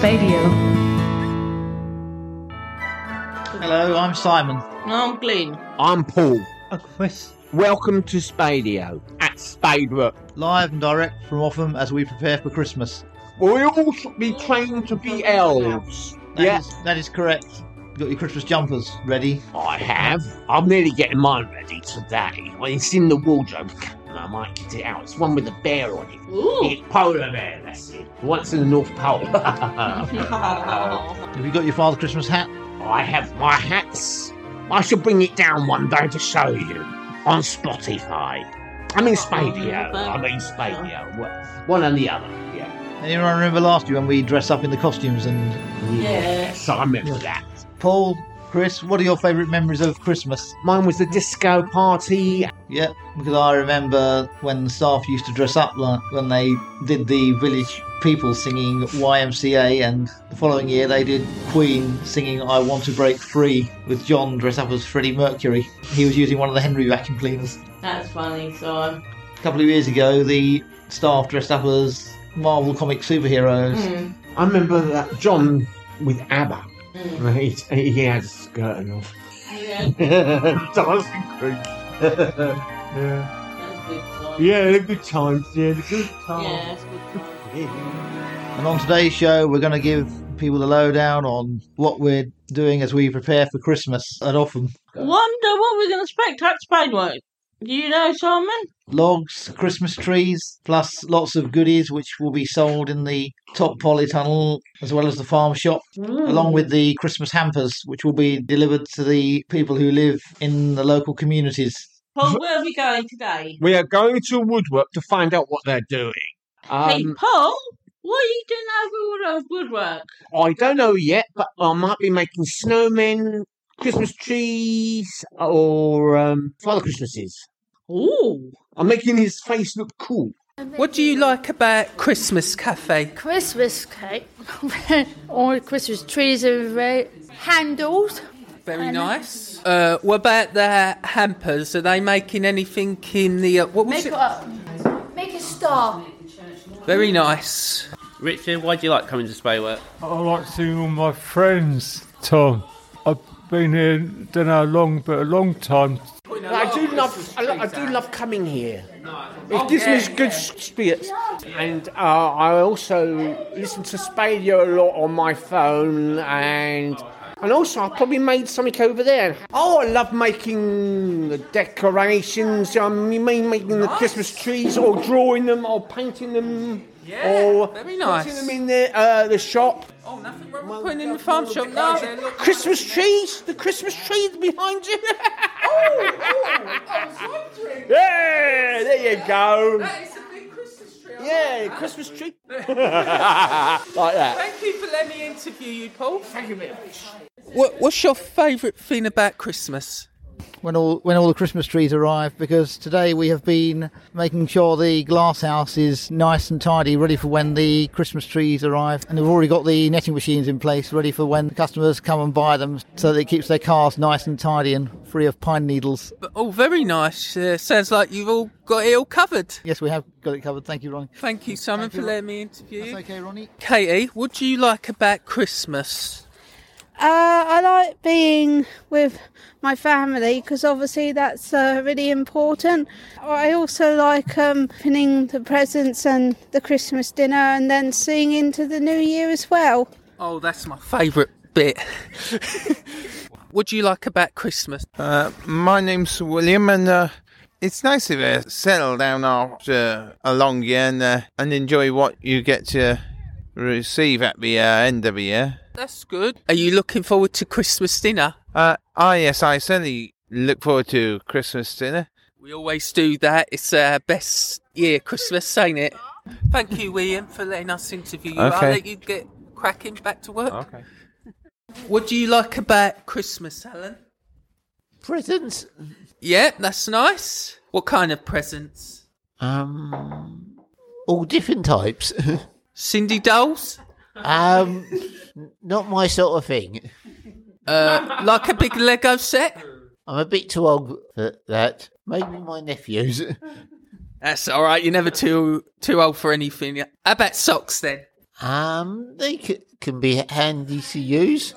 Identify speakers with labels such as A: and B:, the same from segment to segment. A: Radio.
B: Hello, I'm Simon.
C: No, I'm clean.
D: I'm Paul.
B: Oh, Chris.
D: Welcome to Spadio at Spadebrook.
B: Live and direct from Offham as we prepare for Christmas.
D: We all should be trained to be elves.
B: That
D: Yes,
B: is- that is correct. You got your Christmas jumpers ready.
D: I have. I'm nearly getting mine ready today. Well, it's in the wardrobe. I might get it out. It's one with a bear on it.
C: Ooh.
D: It's polar bear, that's it. Once in the North Pole.
C: Aw.
B: Have you got your Father Christmas hat?
D: I have my hats. I shall bring it down one day to show you on Spotify. I mean Spadio. I mean Spadio. One and the other. Yeah.
B: Anyone remember last year when we dressed up in the costumes? And
D: Yes, I remember that.
B: Paul, Chris, what are your favourite memories of Christmas?
D: Mine was the disco party.
B: Yeah, because I remember when the staff used to dress up like when they did the village people singing YMCA, and the following year they did Queen singing I Want to Break Free with John dressed up as Freddie Mercury. He was using one of the Henry vacuum cleaners.
C: That's funny. So
B: A couple of years ago, the staff dressed up as Marvel comic superheroes.
C: mm,
D: I remember that John with ABBA.
C: mm.
D: He, he had a skirt off.
C: yeah,
D: Dancing crew. yeah.
C: that's good. So
D: yeah, the good times. Yeah, the good
C: yeah,
D: times.
C: that's good. So.
B: And on today's show, we're going to give people the lowdown on what we're doing as we prepare for Christmas and often
C: Wonder what we're going to expect at Spadework. Do you know, Simon?
B: logs, Christmas trees, plus lots of goodies which will be sold in the top polytunnel as well as the farm shop, Mm. along with the Christmas hampers which will be delivered to the people who live in the local communities.
C: Paul, where are we going today?
D: We are going to Woodwork to find out what they're doing.
B: Um,
D: Um,
C: hey, Paul, what are you doing over all those woodwork?
D: I don't know yet, but I might be making snowmen, Christmas trees, or um, Father Christmases.
C: Ooh.
D: I'm making his face look cool.
E: What do you like about Christmas cafe?
F: Christmas cake, all Christmas trees and red handles.
E: Very
F: I know.
E: nice. Uh, what about the hampers? Are they making anything in the uh, what was
F: Make
E: it?
F: it up. Make a star.
E: Very nice.
G: Richard, why do you like coming to Spaywork?
H: I like seeing all my friends, Tom. I've been here, don't know how long, but a long time.
D: I do love, I, lo- I do love coming here. It gives me good spirits, and uh, I also listen to Spadio a lot on my phone, and and also I probably made something over there. Oh, I love making the decorations. Um, you mean making the Christmas trees, or drawing them, or painting them,
E: Yeah,
D: or
E: very nice.
D: putting them in the uh, the shop.
E: Oh, nothing wrong with putting in the farm shop. No, they're not-
D: Christmas trees, the Christmas trees behind you. oh, Yeah, there you go.
E: That is a big Christmas tree. I like
D: Yeah, Christmas tree. like that.
E: Thank you for letting me interview you, Paul. Thank you very much. What, what's your favourite thing about Christmas?
B: when all when all the Christmas trees arrive because today we have been making sure the glass house is nice and tidy, ready for when the Christmas trees arrive, and we've already got the netting machines in place, ready for when the customers come and buy them, so that it keeps their cars nice and tidy and free of pine needles.
E: But, oh, very nice. Uh, sounds like you've all got it all covered.
B: Yes, we have got it covered. Thank you, Ronnie.
E: Thank you, Simon, for letting me interview
B: That's
E: you.
B: okay, Ronnie.
E: Katie, what do you like about Christmas?
I: Uh, I like being with my family because obviously that's uh, really important. I also like um, opening the presents and the Christmas dinner and then seeing into the new year as well.
E: Oh, that's my favourite bit. what do you like about Christmas?
J: Uh, my name's Sir William, and uh, it's nice to uh, settle down after a long year and, uh, and enjoy what you get to receive at the uh, end of the year.
E: That's good. Are you looking forward to Christmas dinner?
J: Uh, ah, yes, I certainly look forward to Christmas dinner.
E: We always do that. It's our best year Christmas, ain't it? Thank you, William, for letting us interview you. I'll
J: Okay.
E: let you get cracking back to work.
J: Okay.
E: What do you like about Christmas, Alan?
D: Presents.
E: Yeah, that's nice. What kind of presents?
D: Um, all different types.
E: Cindy dolls?
D: um, not my sort of thing.
E: Uh, like a big Lego set?
D: I'm a bit too old for that. Maybe my nephews.
E: That's all right. You're never too too old for anything. How about socks then?
K: Um, they c- can be handy to use.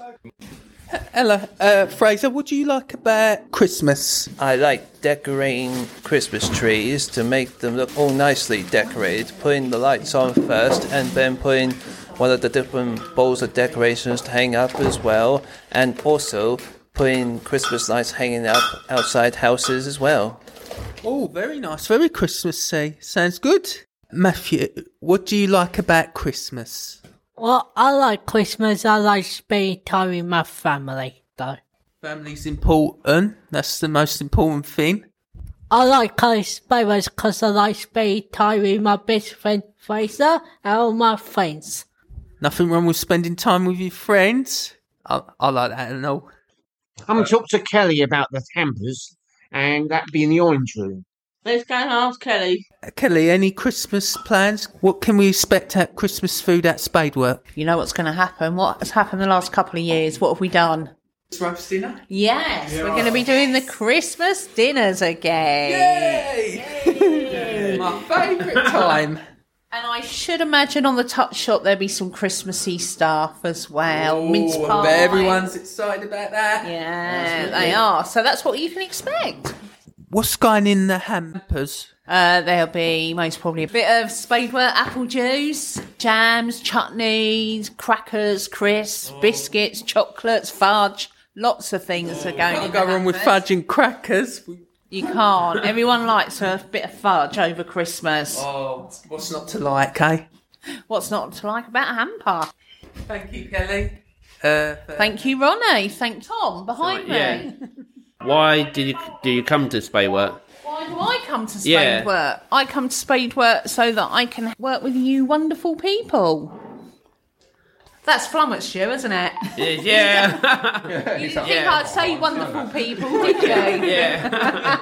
E: Ella, uh, Fraser, what do you like about Christmas?
L: I like decorating Christmas trees to make them look all nicely decorated, putting the lights on first and then putting one of the different bowls of decorations to hang up as well, and also putting Christmas lights hanging up outside houses as well.
E: Oh, very nice. Very Christmassy. Sounds good. Matthew, what do you like about Christmas?
C: Well, I like Christmas. I like spending time with my family, though.
E: Family's important. That's the most important thing.
C: I like Christmas because I like spending time with my best friend Fraser and all my friends.
E: Nothing wrong with spending time with your friends. I, I like that and all.
D: Come talk to Kelly about the hampers, and that be in the orange room.
M: Let's go and ask Kelly.
E: Kelly, any Christmas plans? What can we expect at Christmas food at Spadework?
N: You know what's going to happen. What has happened the last couple of years? What have we done?
E: Roast dinner?
N: Yes,
E: Yeah.
N: we're going to be doing the Christmas dinners again.
E: My favourite time.
N: And I should imagine on the touch shop there'll be some Christmassy stuff as well.
E: Ooh,
N: Mince
E: I bet
N: pie.
E: Oh, everyone's excited about that.
N: Yeah,
E: Absolutely.
N: they are. So that's what you can expect.
E: What's going in the hampers?
N: Uh, there'll be most probably a bit of spadeware, apple juice, jams, chutneys, crackers, crisps,
E: Oh.
N: biscuits, chocolates, fudge. Lots of things are going.
E: Oh. Can't
N: in
E: go
N: the
E: wrong with
N: hampers.
E: fudge and crackers.
N: You can't. Everyone likes a bit of fudge over Christmas.
E: Oh, what's not to like, eh?
N: What's not to like about a hamper?
E: Thank you, Kelly. Uh,
N: Thank you, Ronnie. Thank Tom behind me.
O: Right, Why did you do you come to spay work?
N: Why do I come to spade
O: Yeah.
N: work? I come to spade work so that I can work with you wonderful people. That's flummoxed you, isn't it?
E: Yeah.
N: You didn't think I'd say wonderful people, did you?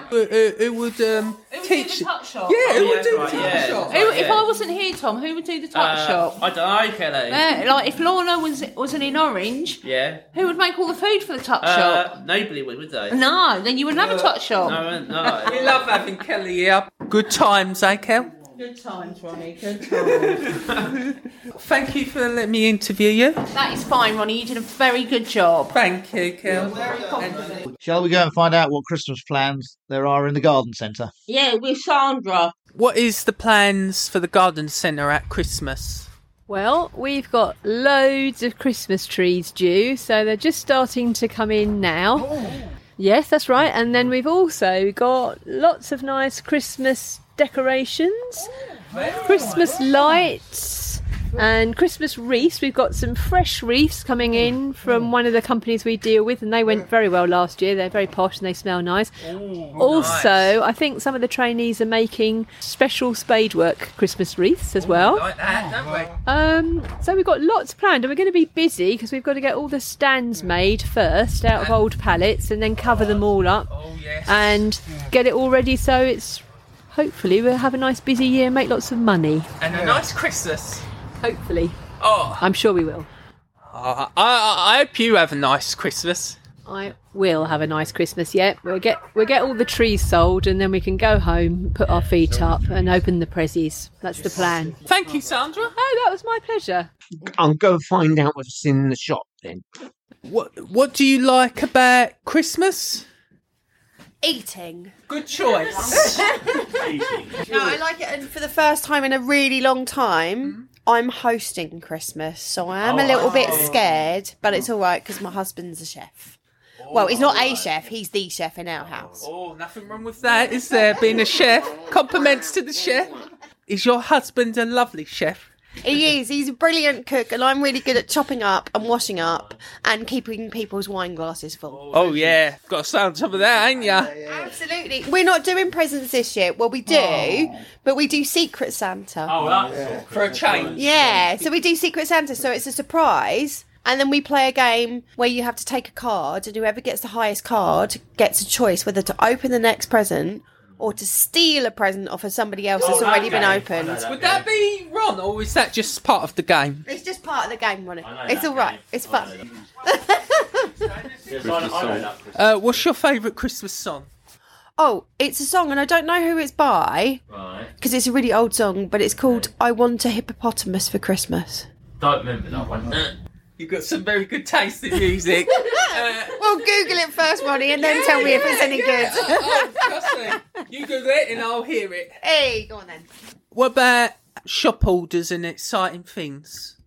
E: who, who- who would um,
N: Who would
E: teach?
N: do the tuck shop?
E: Yeah, who would do the
O: right,
E: tuck
O: yeah.
E: shop?
N: Who- if
O: Yeah.
N: I wasn't here, Tom, who would do the tuck
O: Uh,
N: shop? Eh.
O: I don't know, Kelly.
N: Yeah, like if Lorna was wasn't in Orange,
O: Yeah.
N: who would make all the food for the tuck shop?
O: Uh, nobody would, would they?
N: No, then you wouldn't
P: Uh,
N: have a tuck shop.
O: No, no.
E: We love having Kelly here. Good times, eh, Kel?
N: Good times, Ronnie. Good times.
E: Thank you for letting me interview you.
N: that is fine, Ronnie. You did a very good job.
E: Thank you, Kel.
B: Shall we go and find out what Christmas plans there are in the garden centre?
M: Yeah, with Sandra.
E: What is the plans for the garden centre at Christmas?
Q: Well, we've got loads of Christmas trees due, so they're just starting to come in now.
P: Oh.
Q: Yes, that's right. And then we've also got lots of nice Christmas decorations, Christmas lights, and Christmas wreaths. We've got some fresh wreaths coming in from one of the companies we deal with, and they went very well last year. They're very posh and they smell nice. Also, I think some of the trainees are making special spade work Christmas wreaths as well. Um, so we've got lots planned, and we're going to be busy because we've got to get all the stands made first out of old pallets, and then cover them all up, and get it all ready. So it's hopefully we'll have a nice busy year, and make lots of money.
E: And a nice Christmas.
Q: Hopefully,
E: Oh,
Q: I'm sure we will.
E: I, I, I hope you have a nice Christmas.
Q: I will have a nice Christmas. Yeah, we'll get we'll get all the trees sold, and then we can go home, put our feet up, and open the prezzies. That's the plan.
E: Thank you, Sandra.
Q: Oh, that was my pleasure.
D: I'll go find out what's in the shop then.
E: What What do you like about Christmas?
I: Eating.
E: Good choice.
I: No, I like it, and for the first time in a really long time,
N: Mm-hmm.
I: I'm hosting Christmas, so I am a
E: Oh,
I: little bit
E: wow.
I: scared, but it's all right because my husband's a chef. well, he's not a chef; he's the chef in our house.
E: Oh, nothing wrong with that, is there? Being a chef. Compliments to the chef. Is your husband a lovely chef?
I: He is. He's a brilliant cook, and I'm really good at chopping up and washing up and keeping people's wine glasses full.
E: Oh yeah, got to stay on top of that, ain't ya?
I: Absolutely. We're not doing presents this year. Well, we do, but we do Secret Santa.
Q: Oh,
E: for a change.
I: Yeah, so we do Secret Santa, so it's a surprise. And then we play a game where you have to take a card, and whoever gets the highest card gets a choice whether to open the next present or to steal a present off of somebody else that's already been opened.
E: Would that be wrong, or is that just part of the game?
I: It's just part of the game, Ronnie. It's all right. It's fun.
E: Uh, what's your favourite Christmas song?
I: Oh, it's a song, and I don't know who it's by because it's a really old song, but it's called "I Want a Hippopotamus for Christmas."
R: Don't remember that one.
E: You've got some very good taste in music.
Q: well, Google it first, Ronnie, and then
E: Yeah,
Q: tell me if it's
E: yeah,
Q: any
E: yeah.
Q: good.
E: Oh, oh, trust me. You do that and I'll hear it.
Q: Hey, go on then.
E: What about shop orders and exciting things?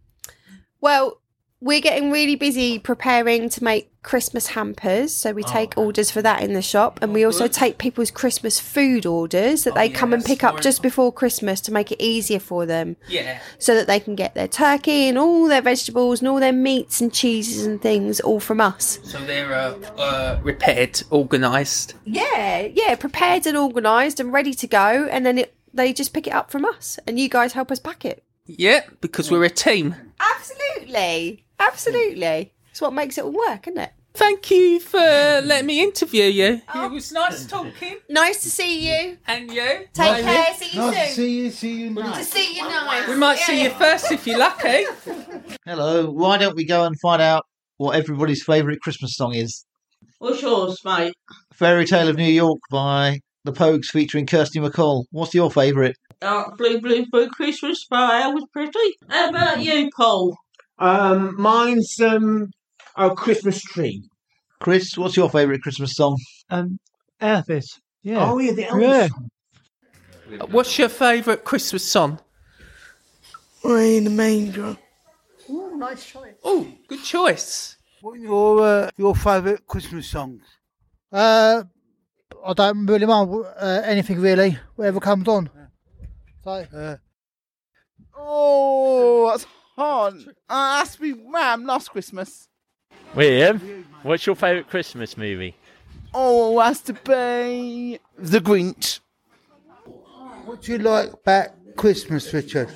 Q: Well, we're getting really busy preparing to make Christmas hampers. So we take orders for that in the shop. And we also take people's Christmas food orders that they come and pick up just before Christmas to make it easier for them.
E: Yeah.
Q: So that they can get their turkey and all their vegetables and all their meats and cheeses and things all from us.
E: So they're uh, uh, repaired, organised.
Q: Yeah, yeah, prepared and organised and ready to go. And then it, they just pick it up from us. And you guys help us pack it.
E: Yeah, because we're a team.
Q: Absolutely. Absolutely. It's what makes it all work, isn't it?
E: Thank you for letting me interview you.
Q: Oh.
E: It was nice talking.
Q: Nice to see you.
E: And you.
Q: Take
E: Bye.
Q: care. See you soon.
E: see
R: you, see you
Q: to see you nice.
E: We might see you
Q: Yeah.
E: first if you're lucky.
B: Hello. Why don't we go and find out what everybody's favourite Christmas song is?
C: What's yours, mate?
B: Fairy Tale of New York by the Pogues featuring Kirsty McCall. What's your favourite?
C: Dark blue, blue, blue Christmas by Elvis Presley. How about you, Paul?
D: Um, mine's um, a Christmas tree.
B: Chris, what's your favourite Christmas song?
E: Um, Elvis.
D: Yeah. Oh, yeah, the Elvis
E: What's your favourite Christmas song?
S: Ray in the manger.
E: Ooh, nice choice. Ooh, good choice.
S: What are your uh, your favourite Christmas songs?
B: Uh, I don't really mind uh, anything really, whatever comes on.
S: Uh,
T: Oh, that's hard.
S: Uh,
T: I asked me Ram last Christmas.
U: William, what's your favourite Christmas movie?
T: Oh, it has to be the Grinch.
S: what do you like about Christmas, Richard?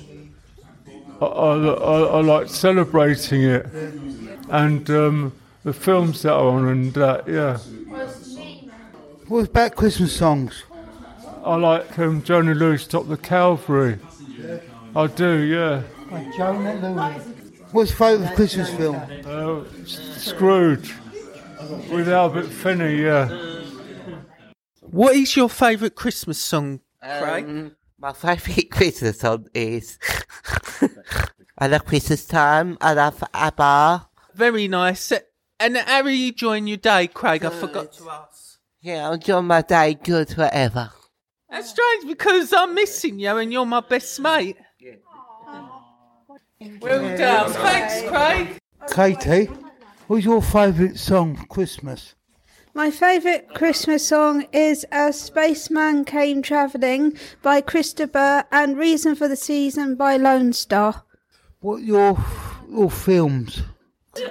H: I, I, I, I like celebrating it, and um, the films that are on and that. Yeah,
S: What about Christmas songs?
H: I like um, Johnny Lewis, Top the Calvary. I do. Yeah.
S: What's your favourite Christmas film?
H: Uh, Scrooge with Albert Finney. Yeah.
E: What is your favourite Christmas song, Craig?
V: Um, My favourite Christmas song is I love Christmas time, I love ABBA.
E: Very nice. And how are you enjoying your day, Craig? I forgot to ask.
V: Yeah, I'll enjoy my day good forever.
E: That's strange because I'm missing you and you're my best mate. Well done. Thanks, Craig.
S: Katie, what's your favourite song, Christmas?
I: My favourite Christmas song is A Spaceman Came Travelling by Christopher and Reason for the Season by Lone Star.
S: What your your films?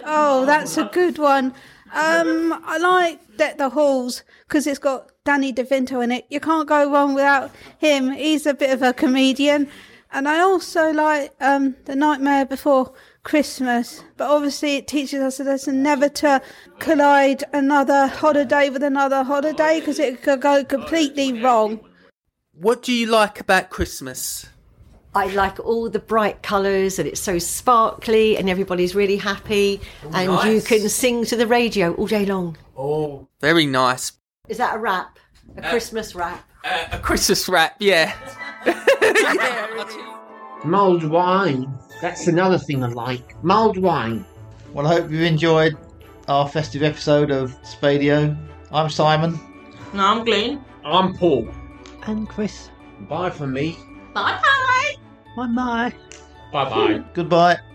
I: Oh, that's a good one. Um, I like Deck the Halls because it's got Danny DeVinto in it. You can't go wrong without him. He's a bit of a comedian. And I also like um, The Nightmare Before Christmas. But obviously, it teaches us a lesson never to collide another holiday with another holiday because it could go completely wrong.
E: What do you like about Christmas?
P: I like all the bright colours and it's so sparkly and everybody's really happy and you
E: nice.
P: can sing to the radio all day long.
E: Oh, very nice. Uh,
P: Is that a rap? A Christmas rap?
E: A Christmas rap, yeah.
W: Mulled wine. That's another thing I like. Mulled wine.
B: Well, I hope you've enjoyed our festive episode of Spadio. I'm Simon.
C: No, I'm Glenn.
D: I'm Paul.
B: And Chris.
D: Bye for me.
C: Bye, Polly.
B: Bye bye.
D: Bye bye.
B: Goodbye.